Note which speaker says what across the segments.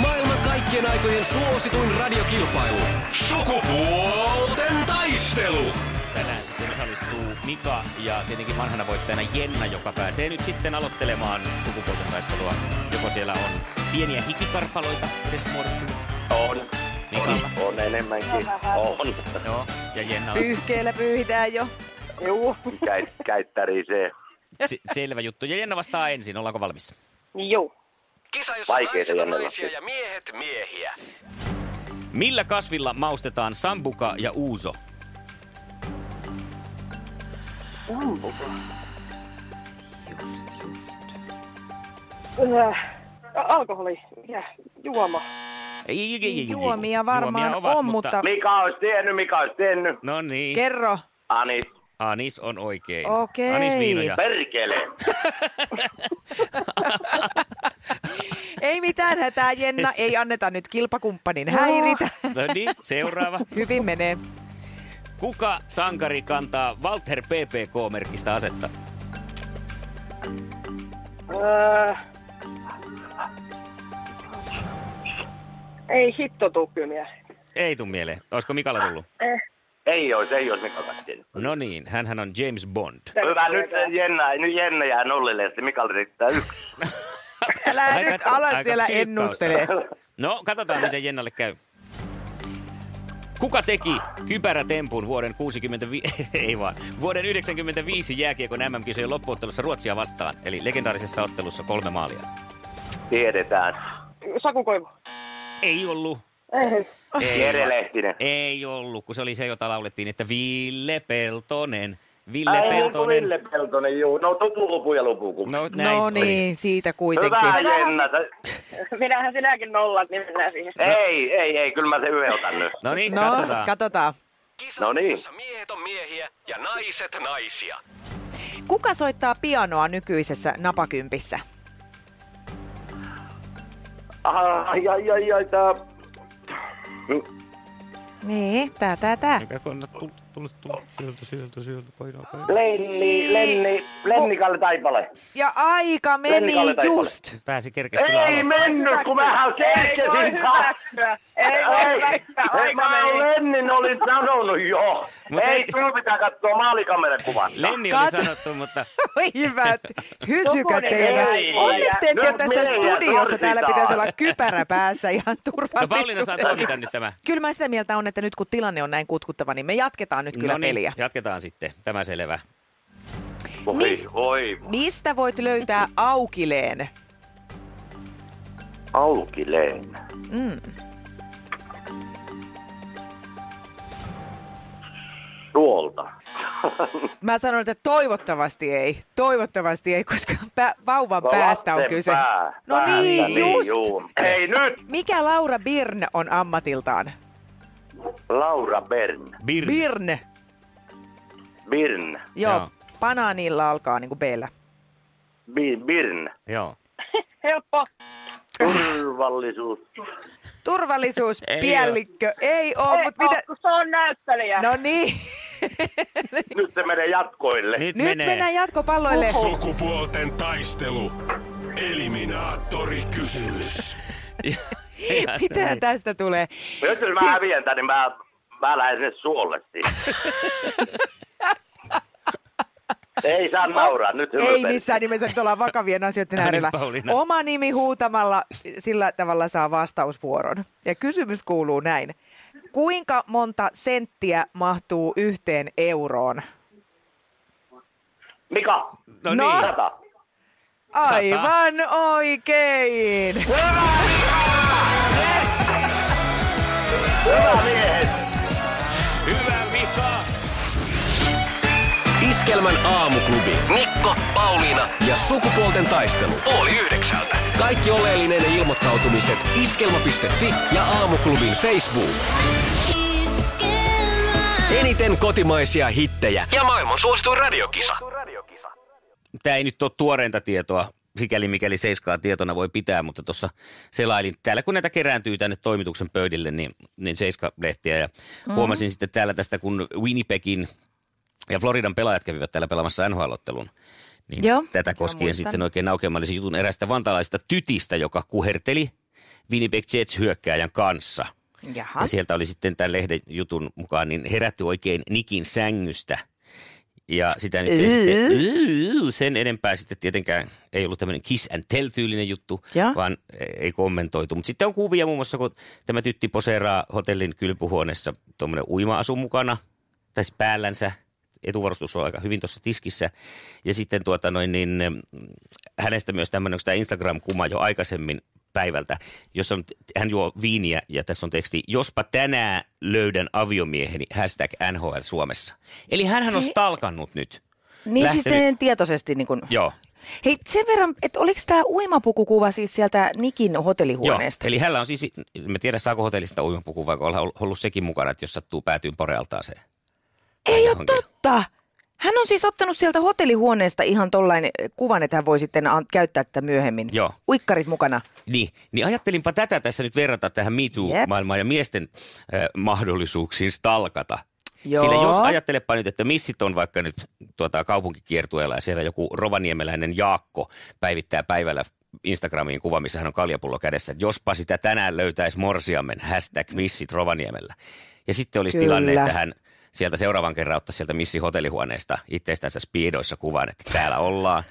Speaker 1: Maailman kaikkien aikojen suosituin radiokilpailu. Sukupuolten taistelu.
Speaker 2: Tänään sitten osallistuu Mika ja tietenkin vanhana voittajana Jenna, joka pääsee nyt sitten aloittelemaan sukupuolten taistelua. Joko siellä on pieniä hikikarpaloita edes muodostunut?
Speaker 3: On.
Speaker 2: Mikalla?
Speaker 3: On enemmänkin. On.
Speaker 2: Joo. Ja Jenna on
Speaker 4: Pyyhkeellä pyyhitään jo.
Speaker 3: Juu. Käit, käyttäri se.
Speaker 2: se- selvä juttu. Ja Jenna vastaa ensin. Ollaanko valmis?
Speaker 5: Joo.
Speaker 1: Kisa, jossa
Speaker 3: Vaikeita
Speaker 1: naiset on
Speaker 3: jännällä.
Speaker 1: naisia ja miehet miehiä.
Speaker 2: Millä kasvilla maustetaan sambuka ja uuso?
Speaker 5: Sambuka.
Speaker 2: Just, just.
Speaker 5: Äh, alkoholi. Ja, juoma.
Speaker 2: Ei, ei, ei, ei, ei.
Speaker 4: Juomia varmaan on, mutta-
Speaker 3: Mika olisi tiennyt, Mika olisi tiennyt.
Speaker 2: No niin.
Speaker 4: Kerro.
Speaker 3: Ani,
Speaker 2: Anis on oikein.
Speaker 4: Okei.
Speaker 2: Anis viinoja.
Speaker 3: perkele.
Speaker 4: Ei mitään hätää, Jenna. Ei anneta nyt kilpakumppanin häiritä.
Speaker 2: No niin, seuraava.
Speaker 4: Hyvin menee.
Speaker 2: Kuka sankari kantaa Walter PPK-merkistä asetta?
Speaker 5: Äh, ei hitto tuu kyllä mieleen.
Speaker 2: Ei tuu mieleen. Olisiko Mikalla tullut?
Speaker 3: Ei olisi, ei olisi Mika olisi tiennyt.
Speaker 2: No niin, hänhän on James Bond.
Speaker 3: Hyvä, nyt Jenna, nyt Jenna jää nollille, sitten Mikalle riittää yksi.
Speaker 4: Älä
Speaker 2: Aika-
Speaker 4: nyt ala
Speaker 2: aika
Speaker 4: siellä
Speaker 2: psyykkausta.
Speaker 4: ennustele.
Speaker 2: No, katsotaan miten Jennalle käy. Kuka teki kypärätempun vuoden 65, ei vaan, vuoden 95 jääkiekon MM-kisojen loppuottelussa Ruotsia vastaan, eli legendaarisessa ottelussa kolme maalia?
Speaker 3: Tiedetään.
Speaker 5: Saku Koivu.
Speaker 2: Ei ollut.
Speaker 5: Ei.
Speaker 3: Jere Lehtinen.
Speaker 2: Ei ollut, kun se oli se, jota laulettiin, että Ville Peltonen. Ville
Speaker 3: Ai, onko
Speaker 2: Peltonen.
Speaker 3: Ville Peltonen, juu. No tupu lupu ja lupu.
Speaker 2: No, näin
Speaker 4: No
Speaker 2: oli.
Speaker 4: niin, siitä
Speaker 3: Hyvä
Speaker 4: kuitenkin.
Speaker 3: Jenna. sä-
Speaker 5: Minähän sinäkin nollaat, niin mennään siihen.
Speaker 3: No. Ei, ei, ei, kyllä mä sen yhden otan nyt.
Speaker 2: No niin,
Speaker 4: No,
Speaker 2: katsotaan.
Speaker 4: katsotaan.
Speaker 1: Kisa,
Speaker 3: No niin.
Speaker 1: jossa miehet on miehiä ja naiset naisia.
Speaker 4: Kuka soittaa pianoa nykyisessä napakympissä?
Speaker 3: Ai, ai, ai, ai, tää...
Speaker 4: Niin, tää, tää, tää.
Speaker 3: Lenni, Lenni, Lenni Kalle Taipale.
Speaker 4: Ja aika meni
Speaker 3: Lenni-Kalle Taipale.
Speaker 4: just.
Speaker 2: Pääsi kerkes kyllä
Speaker 3: Ei
Speaker 2: aloittamaan.
Speaker 3: mennyt, kun mähän
Speaker 5: Ei voi
Speaker 3: kerkesin taas.
Speaker 5: hyväksyä. Ei voi hyväksyä.
Speaker 3: ei,
Speaker 5: Aika
Speaker 3: mä
Speaker 5: meni.
Speaker 3: Lennin olin sanonut jo.
Speaker 2: Mut Niin.
Speaker 3: ei,
Speaker 2: ei-
Speaker 3: sun pitää katsoa maalikameran kuvan.
Speaker 2: Lenni oli
Speaker 4: Kat-
Speaker 2: sanottu, mutta
Speaker 4: Voi hyvät, hysykät
Speaker 5: Jokunen
Speaker 4: teidän.
Speaker 5: ei.
Speaker 4: Onneksi te ette
Speaker 3: Nyt
Speaker 4: ole tässä
Speaker 3: minä
Speaker 4: studiossa. Täällä
Speaker 3: torsitaan.
Speaker 4: pitäisi olla kypärä päässä ihan
Speaker 2: no, Pauliina saa
Speaker 4: turvallisuudella.
Speaker 2: tuomita nyt tämä.
Speaker 4: Kyllä mä sitä mieltä on, että nyt kun tilanne on näin kutkuttava, niin me jatketaan nyt kyllä
Speaker 2: no niin,
Speaker 4: peliä.
Speaker 2: jatketaan sitten. Tämä selvä.
Speaker 3: Voi,
Speaker 4: Mis-
Speaker 3: voi.
Speaker 4: Mistä voit löytää aukileen?
Speaker 3: Auki Leena.
Speaker 4: Mm.
Speaker 3: Tuolta.
Speaker 4: Mä sanon, että toivottavasti ei. Toivottavasti ei, koska pä- vauvan
Speaker 3: No,
Speaker 4: päästä on
Speaker 3: lasten
Speaker 4: kyse.
Speaker 3: Pää,
Speaker 4: no
Speaker 3: päästä,
Speaker 4: niin, just.
Speaker 3: juu. Ei nyt,
Speaker 4: Mikä Laura Birn on ammatiltaan?
Speaker 3: Laura Bern.
Speaker 2: Bir.
Speaker 4: Birn.
Speaker 3: Birn.
Speaker 4: Joo.
Speaker 2: Joo.
Speaker 4: Banaanilla alkaa niin kuin B-llä.
Speaker 3: Bi- Birn.
Speaker 2: Joo.
Speaker 4: No,
Speaker 5: Helppo.
Speaker 4: Äh.
Speaker 3: Turvallisuus.
Speaker 4: Turvallisuuspiellikkö ei ole,
Speaker 5: Ei
Speaker 4: mutta mitä...
Speaker 5: oo, kun Se on näyttelijä.
Speaker 4: No niin,
Speaker 3: Nyt se menee jatkoille.
Speaker 2: Nyt,
Speaker 4: nyt
Speaker 2: menee. Uhuh.
Speaker 4: mennään jatkopalloille.
Speaker 6: Sukupuolten taistelu. Eliminaattori kysymys.
Speaker 2: Niin.
Speaker 4: Mitä tästä tulee?
Speaker 3: Nyt jos mä
Speaker 4: Si-
Speaker 3: häviän tän, niin mä, mä lähden sinne suolle siihen. Ei saa nauraa, nyt hyvä
Speaker 4: Ei
Speaker 3: peli.
Speaker 4: missään nimessä, nyt ollaan vakavien asioiden
Speaker 2: No niin,
Speaker 4: äärellä.
Speaker 2: Pauliina.
Speaker 4: Oma nimi huutamalla sillä tavalla saa vastausvuoron. Ja kysymys kuuluu näin. Kuinka monta senttiä mahtuu yhteen euroon?
Speaker 3: Mika,
Speaker 2: No,
Speaker 4: No.
Speaker 2: niin.
Speaker 3: sata.
Speaker 4: Aivan oikein!
Speaker 3: Hyvä miehet.
Speaker 2: Hyvä Mika.
Speaker 1: Iskelmän aamuklubi.
Speaker 7: Mikko, Pauliina
Speaker 1: ja sukupuolten taistelu.
Speaker 7: oli yhdeksältä.
Speaker 1: Kaikki oleellinen ilmoittautumiset iskelma.fi ja aamuklubin Facebook. Eniten kotimaisia hittejä ja maailman suosituin radiokisa.
Speaker 2: Tämä ei nyt ole tuoreinta tietoa, sikäli mikäli seiskaa tietona voi pitää, mutta tuossa selailin. Täällä kun näitä kerääntyy tänne toimituksen pöydille, niin, niin seiska-lehtiä. Ja
Speaker 4: Mm-hmm.
Speaker 2: huomasin sitten täällä tästä, kun Winnipegin ja Floridan pelaajat kävivät täällä pelaamassa NHL-ottelun. Niin
Speaker 4: Joo,
Speaker 2: tätä
Speaker 4: joo,
Speaker 2: koskien
Speaker 4: muistan.
Speaker 2: sitten oikein aukemallisen jutun erästä vantaalaista tytistä, joka kuherteli Winnipeg Jets hyökkääjän kanssa.
Speaker 4: Jaha.
Speaker 2: Ja sieltä oli sitten tämän lehden jutun mukaan niin herätty oikein Nikin sängystä. Ja sitä nyt ei sitten, Yyy, sen enempää sitten tietenkään ei ollut tämmöinen kiss and tell tyylinen juttu,
Speaker 4: Ja.
Speaker 2: vaan ei kommentoitu. Mutta sitten on kuvia muun muassa, kun tämä tytti poseeraa hotellin kylpyhuoneessa tuommoinen uima-asu mukana, tai siis päällänsä, etuvarustus on aika hyvin tuossa tiskissä. Ja sitten tuota noin, niin mm, hänestä myös tämmöinen, onko tämä Instagram-kuma jo aikaisemmin päivältä, jossa on, hän juo viiniä ja tässä on teksti, jospa tänään löydän aviomieheni, hashtag NHL Suomessa. Eli hän on stalkannut nyt.
Speaker 4: Niin siis
Speaker 2: lähtenyt-
Speaker 4: teidän tietoisesti niin kun...
Speaker 2: Joo.
Speaker 4: Hei, sen verran, että oliko tämä uimapukukuva siis sieltä Nikin hotellihuoneesta?
Speaker 2: Joo, eli hänellä on siis, en mä tiedä saako hotellista uimapuku, vaikka ollaan ollut sekin mukana, että jos sattuu päätyyn porealtaaseen.
Speaker 4: Ei ole
Speaker 2: Johonkin.
Speaker 4: totta! Hän on siis ottanut sieltä hotellihuoneesta ihan tollainen kuvan, että hän voi sitten an- käyttää tätä myöhemmin.
Speaker 2: Joo.
Speaker 4: Uikkarit mukana.
Speaker 2: Niin, niin ajattelinpa tätä tässä nyt verrata tähän MeToo-maailmaan ja miesten äh, mahdollisuuksiin stalkata.
Speaker 4: Joo.
Speaker 2: Sillä jos ajattelepa nyt, että missit on vaikka nyt tuota, kaupunkikiertueella ja siellä joku rovaniemeläinen Jaakko päivittää päivällä Instagramiin kuva, missä hän on kaljapullo kädessä, että jospa sitä tänään löytäisi morsiamen, hashtag missit Rovaniemellä. Ja sitten olisi
Speaker 4: Kyllä.
Speaker 2: tilanne, että hän sieltä seuraavan kerran ottaa sieltä missi hotellihuoneesta itsestänsä speedoissa kuvan, että täällä ollaan.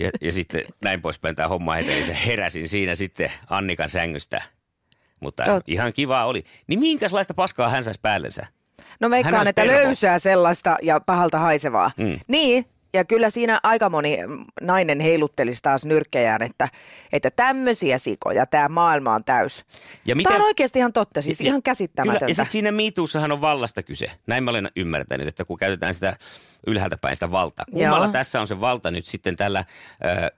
Speaker 2: Ja, ja sitten näin poispäin tämä homma eteni. Se heräsin siinä sitten Annikan sängystä. Mutta
Speaker 4: Joo.
Speaker 2: ihan kivaa oli. Niin minkälaista paskaa hän saisi päällensä?
Speaker 4: No
Speaker 2: Hän
Speaker 4: veikkaan,
Speaker 2: on
Speaker 4: että
Speaker 2: pervo.
Speaker 4: löysää sellaista ja pahalta haisevaa.
Speaker 2: Mm.
Speaker 4: Niin, ja kyllä siinä aika moni mm, nainen heiluttelisi taas nyrkkejään, että, että tämmöisiä sikoja tämä maailma on täys.
Speaker 2: Ja
Speaker 4: Tämä on oikeasti ihan totta, siis ihan käsittämätöntä.
Speaker 2: Kyllä, ja sitten siinä miituussahan on vallasta kyse. Näin mä olen ymmärtänyt, että kun käytetään sitä ylhäältä päin sitä valtaa. Kummalla
Speaker 4: Joo.
Speaker 2: tässä on se valta nyt sitten tällä ö,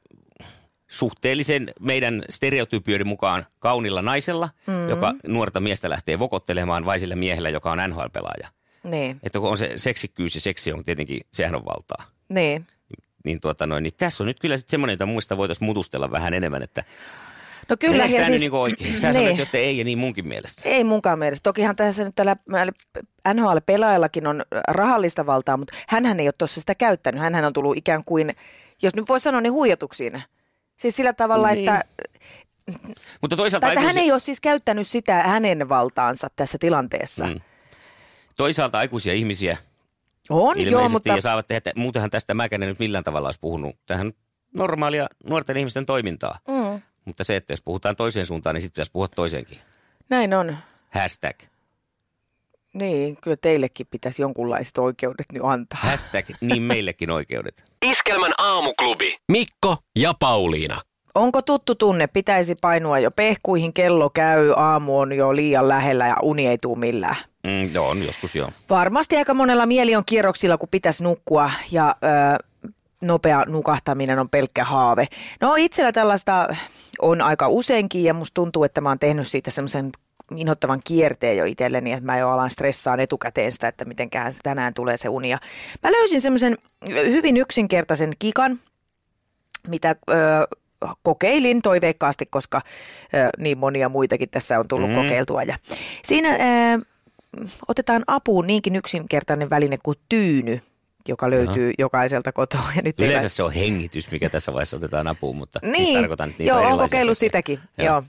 Speaker 2: suhteellisen meidän stereotypioiden mukaan kaunilla naisella,
Speaker 4: Mm.
Speaker 2: mm-hmm. joka nuorta miestä lähtee vokottelemaan, vai sillä miehellä, joka on NHL-pelaaja.
Speaker 4: Niin,
Speaker 2: Että kun on se seksikkyys ja seksi on tietenkin, sehän on valtaa.
Speaker 4: niin.
Speaker 2: Niin, tuota noin, niin tässä on nyt kyllä sitten semmoinen, jota muista voitaisiin mutustella vähän enemmän, että
Speaker 4: No kyllä,
Speaker 2: meneekö
Speaker 4: ja
Speaker 2: tämä
Speaker 4: siis...
Speaker 2: nyt niin oikein? Sä
Speaker 4: Niin.
Speaker 2: sanoit, että ei ja niin munkin mielestä.
Speaker 4: Ei munkaan mielestä. Tokihan tässä nyt tällä NHL-pelaajallakin on rahallista valtaa, mutta hänhän ei ole tuossa sitä käyttänyt. Hänhän on tullut ikään kuin, jos nyt voi sanoa, niin huijatuksiin. Siis sillä tavalla, niin. että,
Speaker 2: Mutta toisaalta
Speaker 4: tai että hän
Speaker 2: aikuisen-
Speaker 4: ei ole siis käyttänyt sitä hänen valtaansa tässä tilanteessa.
Speaker 2: Mm. toisaalta aikuisia ihmisiä
Speaker 4: On
Speaker 2: ilmeisesti
Speaker 4: joo, mutta
Speaker 2: ja saavat tehdä, että muutenhan tästä mäkään nyt millään tavalla olisi puhunut. Tähän on normaalia nuorten ihmisten toimintaa.
Speaker 4: Mm.
Speaker 2: Mutta se, että jos puhutaan toiseen suuntaan, niin sitten pitäisi puhua toiseenkin.
Speaker 4: näin on.
Speaker 2: Hashtag.
Speaker 4: Niin, kyllä teillekin pitäisi jonkunlaiset oikeudet nyt antaa.
Speaker 2: Hashtag, niin meillekin oikeudet.
Speaker 7: Iskelmän aamuklubi.
Speaker 1: Mikko ja Pauliina.
Speaker 4: Onko tuttu tunne? Pitäisi painua jo pehkuihin, kello käy, aamu on jo liian lähellä ja uni ei tule millään.
Speaker 2: Mm, joo, on joskus joo.
Speaker 4: Varmasti aika monella mieli on kierroksilla, kun pitäisi nukkua ja ö, nopea nukahtaminen on pelkkä haave. No itsellä tällaista on aika useinkin ja musta tuntuu, että mä oon tehnyt siitä semmoisen inhottavan kierteen jo itselleni, että mä jo alan stressaan etukäteen sitä, että mitenköhän se tänään tulee se uni. Ja mä löysin semmoisen hyvin yksinkertaisen kikan, mitä ö, kokeilin toiveikkaasti, koska ö, niin monia muitakin tässä on tullut mm. kokeiltua. Ja siinä ö, otetaan apuun niinkin yksinkertainen väline kuin tyyny, joka löytyy Aha. jokaiselta kotoa. Ja nyt ei
Speaker 2: Yleensä se on hengitys, mikä tässä vaiheessa otetaan apuun, mutta
Speaker 4: niin.
Speaker 2: siis tarkoitan että niitä
Speaker 4: Joo, olen
Speaker 2: erilaisia
Speaker 4: kokeillut
Speaker 2: kaikkea.
Speaker 4: sitäkin.
Speaker 2: Joo.
Speaker 4: Joo. Joo.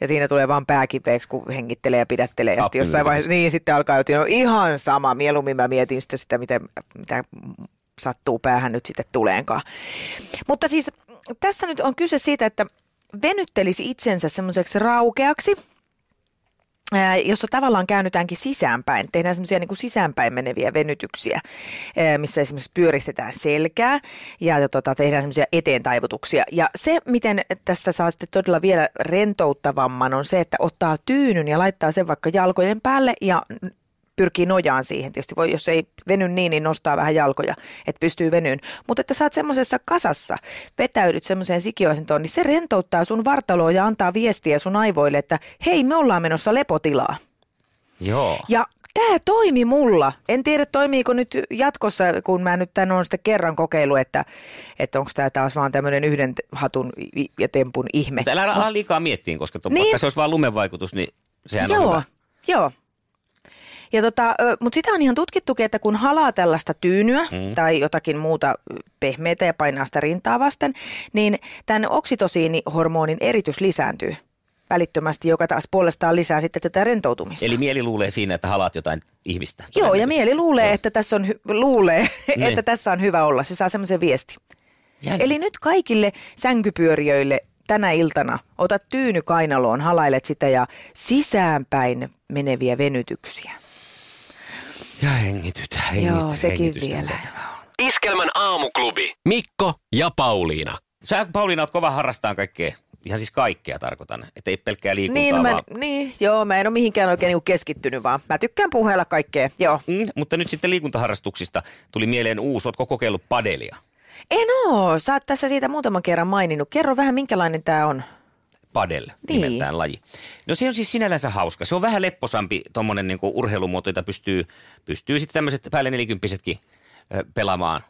Speaker 4: Ja siinä tulee vaan pääkipeeksi, kun hengittelee ja pidättelee. Ja sitten jossain
Speaker 2: Appiuudus.
Speaker 4: vaiheessa, niin sitten alkaa jotain, no ihan sama. Mieluummin mä mietin sitä, sitä mitä, mitä sattuu päähän nyt sitten tuleenkaan. Mutta siis tässä nyt on kyse siitä, että venyttelisi itsensä semmoiseksi raukeaksi, ää, Äh, jossa tavallaan käännytäänkin sisäänpäin. Tehdään semmoisia niin sisäänpäin meneviä venytyksiä, ää, missä esimerkiksi pyöristetään selkää ja ja tota, tehdään semmoisia eteentaivutuksia. Ja se, miten tästä saa sitten todella vielä rentouttavamman, on se, että ottaa tyynyn ja laittaa sen vaikka jalkojen päälle ja pyrkii nojaan siihen. Tietysti voi, jos ei veny niin, niin nostaa vähän jalkoja, että pystyy venyyn. Mutta että sä oot semmoisessa kasassa, vetäydyt semmoiseen sikiöasentoon, niin se rentouttaa sun vartaloa ja antaa viestiä sun aivoille, että hei, me ollaan menossa lepotilaa.
Speaker 2: Joo.
Speaker 4: Ja tämä toimi mulla. En tiedä toimiiko nyt jatkossa, kun mä nyt tän on sitä kerran kokeilu, että, että onko tämä taas vaan tämmöinen yhden hatun i- ja tempun ihme.
Speaker 2: Mutta älä ala liikaa miettiä, koska to,
Speaker 4: Niin.
Speaker 2: niin. vaikka se olisi vaan lumen vaikutus, niin sehän on
Speaker 4: joo,
Speaker 2: hyvä.
Speaker 4: joo. Ja tota, mutta sitä on ihan tutkittukin, että kun halaa tällaista tyynyä mm. tai jotakin muuta ö, pehmeitä ja painaa sitä rintaa vasten, niin tämän oksitosiinihormonin eritys lisääntyy välittömästi, joka taas puolestaan lisää sitten tätä rentoutumista.
Speaker 2: Eli mieli luulee siinä, että halat jotain ihmistä.
Speaker 4: Joo, ja mieli luulee,
Speaker 2: Joo.
Speaker 4: että tässä on, hy- luulee,
Speaker 2: Niin.
Speaker 4: että tässä on hyvä olla. Se saa semmoisen viesti.
Speaker 2: Jännä.
Speaker 4: Eli nyt kaikille sänkypyörijöille tänä iltana ota tyyny kainaloon, halailet sitä ja sisäänpäin meneviä venytyksiä.
Speaker 2: Ja hengitytä, hengistä,
Speaker 4: Joo, sekin
Speaker 2: hengitystä
Speaker 4: vielä.
Speaker 2: tätä.
Speaker 7: Iskelmän aamuklubi.
Speaker 1: Mikko ja Pauliina.
Speaker 2: Sä, Pauliina, oot kova harrastaan kaikkea. Ihan siis kaikkea tarkoitan, että ei pelkkää liikuntaa
Speaker 4: Niin, mä,
Speaker 2: vaan.
Speaker 4: niin, joo, mä en ole mihinkään oikein niinku keskittynyt, vaan mä tykkään puheella kaikkea. Joo.
Speaker 2: Mm, mutta nyt sitten liikuntaharrastuksista tuli mieleen uusi. Ootko kokeillut padelia?
Speaker 4: En oo, sä oot tässä siitä muutaman kerran maininnut. Kerro vähän, minkälainen tämä on.
Speaker 2: Padel
Speaker 4: Niin.
Speaker 2: niin. nimeltään laji. No se on siis sinällänsä hauska. Se on vähän lepposampi tuommoinen niin urheilumuoto, jota pystyy, pystyy sitten tämmöiset päälle nelikymppisetkin ö, pelaamaan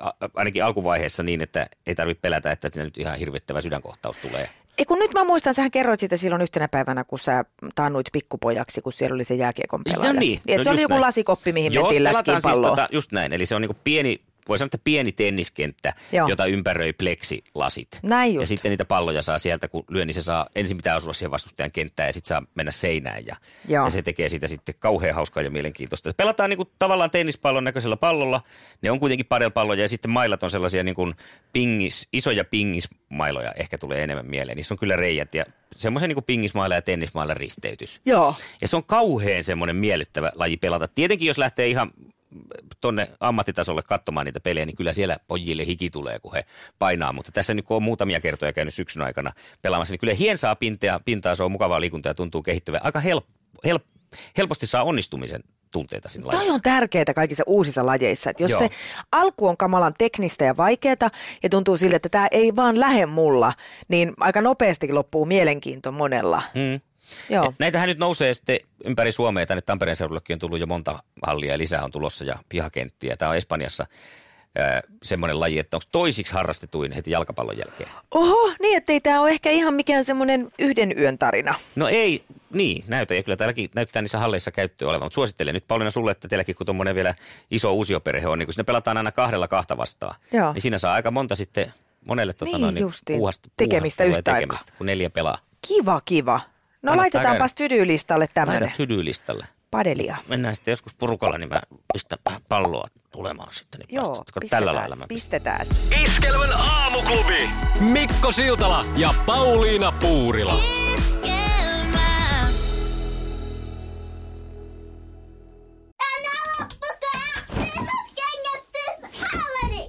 Speaker 2: a- a- ainakin alkuvaiheessa niin, että ei tarvitse pelätä, että sinne nyt ihan hirvittävä sydänkohtaus tulee.
Speaker 4: Ei kun nyt mä muistan, sähän kerroit siitä silloin yhtenä päivänä, kun sä taannuit pikkupojaksi, kun siellä oli se jääkiekon pelaaja.
Speaker 2: No niin.
Speaker 4: niin että
Speaker 2: no
Speaker 4: se oli
Speaker 2: just
Speaker 4: joku
Speaker 2: näin.
Speaker 4: lasikoppi, mihin
Speaker 2: Joo,
Speaker 4: mentiin
Speaker 2: pelataan
Speaker 4: lätkiin palloa.
Speaker 2: Siis tota, just näin, eli se on niinku pieni, voi sanoa, että pieni tenniskenttä,
Speaker 4: Joo.
Speaker 2: Joo. jota ympäröi pleksilasit.
Speaker 4: Näin just.
Speaker 2: Ja sitten niitä palloja saa sieltä, kun lyö, niin se saa, ensin pitää osua siihen vastustajan kenttään ja sitten saa mennä seinään. Ja,
Speaker 4: Joo.
Speaker 2: ja se tekee siitä sitten kauhean hauskaa ja mielenkiintoista. Pelataan niinku tavallaan tennispallon näköisellä pallolla, ne on kuitenkin padelpalloja ja sitten mailat on sellaisia niinku pingis, isoja pingismailoja ehkä tulee enemmän mieleen. Niissä on kyllä reijät ja semmoisen niinku pingismailla ja tennismailla risteytys.
Speaker 4: Joo.
Speaker 2: Ja se on kauhean semmoinen miellyttävä laji pelata. Tietenkin jos lähtee ihan äh, tonne ammattitasolle katsomaan niitä pelejä, niin kyllä siellä pojille hiki tulee, kun he painaa. Mutta tässä nyt kun on muutamia kertoja käynyt syksyn aikana pelaamassa, niin kyllä hien saa pintaa, pintaa se on mukavaa liikuntaa ja tuntuu kehittyvän. Aika help, help, helposti saa onnistumisen tunteita siinä
Speaker 4: Toi
Speaker 2: lajissa.
Speaker 4: on tärkeää kaikissa uusissa lajeissa. Että jos Joo.
Speaker 2: Joo.
Speaker 4: se alku on kamalan teknistä ja vaikeata ja tuntuu siltä, että tämä ei vaan lähe mulla, niin aika nopeasti loppuu mielenkiinto monella.
Speaker 2: Mm.
Speaker 4: Joo.
Speaker 2: Näitähän nyt nousee sitten ympäri Suomea. Tänne Tampereen seudullekin on tullut jo monta hallia ja lisää on tulossa ja pihakenttiä. Tämä on Espanjassa äh, semmoinen laji, että onko toisiksi harrastetuin heti jalkapallon jälkeen.
Speaker 4: Oho, niin ettei tämä ole ehkä ihan mikään semmoinen yhden yön tarina.
Speaker 2: No ei, niin, näytä. Ja kyllä täälläkin näyttää niissä halleissa käyttöä olevan. Mutta suosittelen nyt Pauliina sulle, että teilläkin kun tuommoinen vielä iso uusioperhe on, niin kun siinä pelataan aina kahdella kahta vastaan,
Speaker 4: Joo.
Speaker 2: niin siinä saa aika monta sitten monelle tota,
Speaker 4: Niin
Speaker 2: noin, niin
Speaker 4: justiin.
Speaker 2: puuhasta-
Speaker 4: Tekemistä
Speaker 2: puuhastelua ja
Speaker 4: yhtä aikaa.
Speaker 2: tekemistä, kun neljä pelaa.
Speaker 4: Kiva, kiva. No
Speaker 2: Kannattaa
Speaker 4: laitetaanpas tydylistalle
Speaker 2: Laita
Speaker 4: tämmöinen.
Speaker 2: tydylistalle.
Speaker 4: Padelia.
Speaker 2: Mennään sitten joskus porukalla, niin mä pistän vähän palloa tulemaan sitten. Niin
Speaker 4: Joo,
Speaker 2: päästään- koska tällä
Speaker 4: pistetään,
Speaker 2: lailla mä pistän.
Speaker 4: pistetään.
Speaker 7: Iskelmän aamuklubi.
Speaker 1: Mikko Siltala ja Pauliina Puurila.
Speaker 8: Iskelmää. Tänä loppukään! Kengät syys halleni!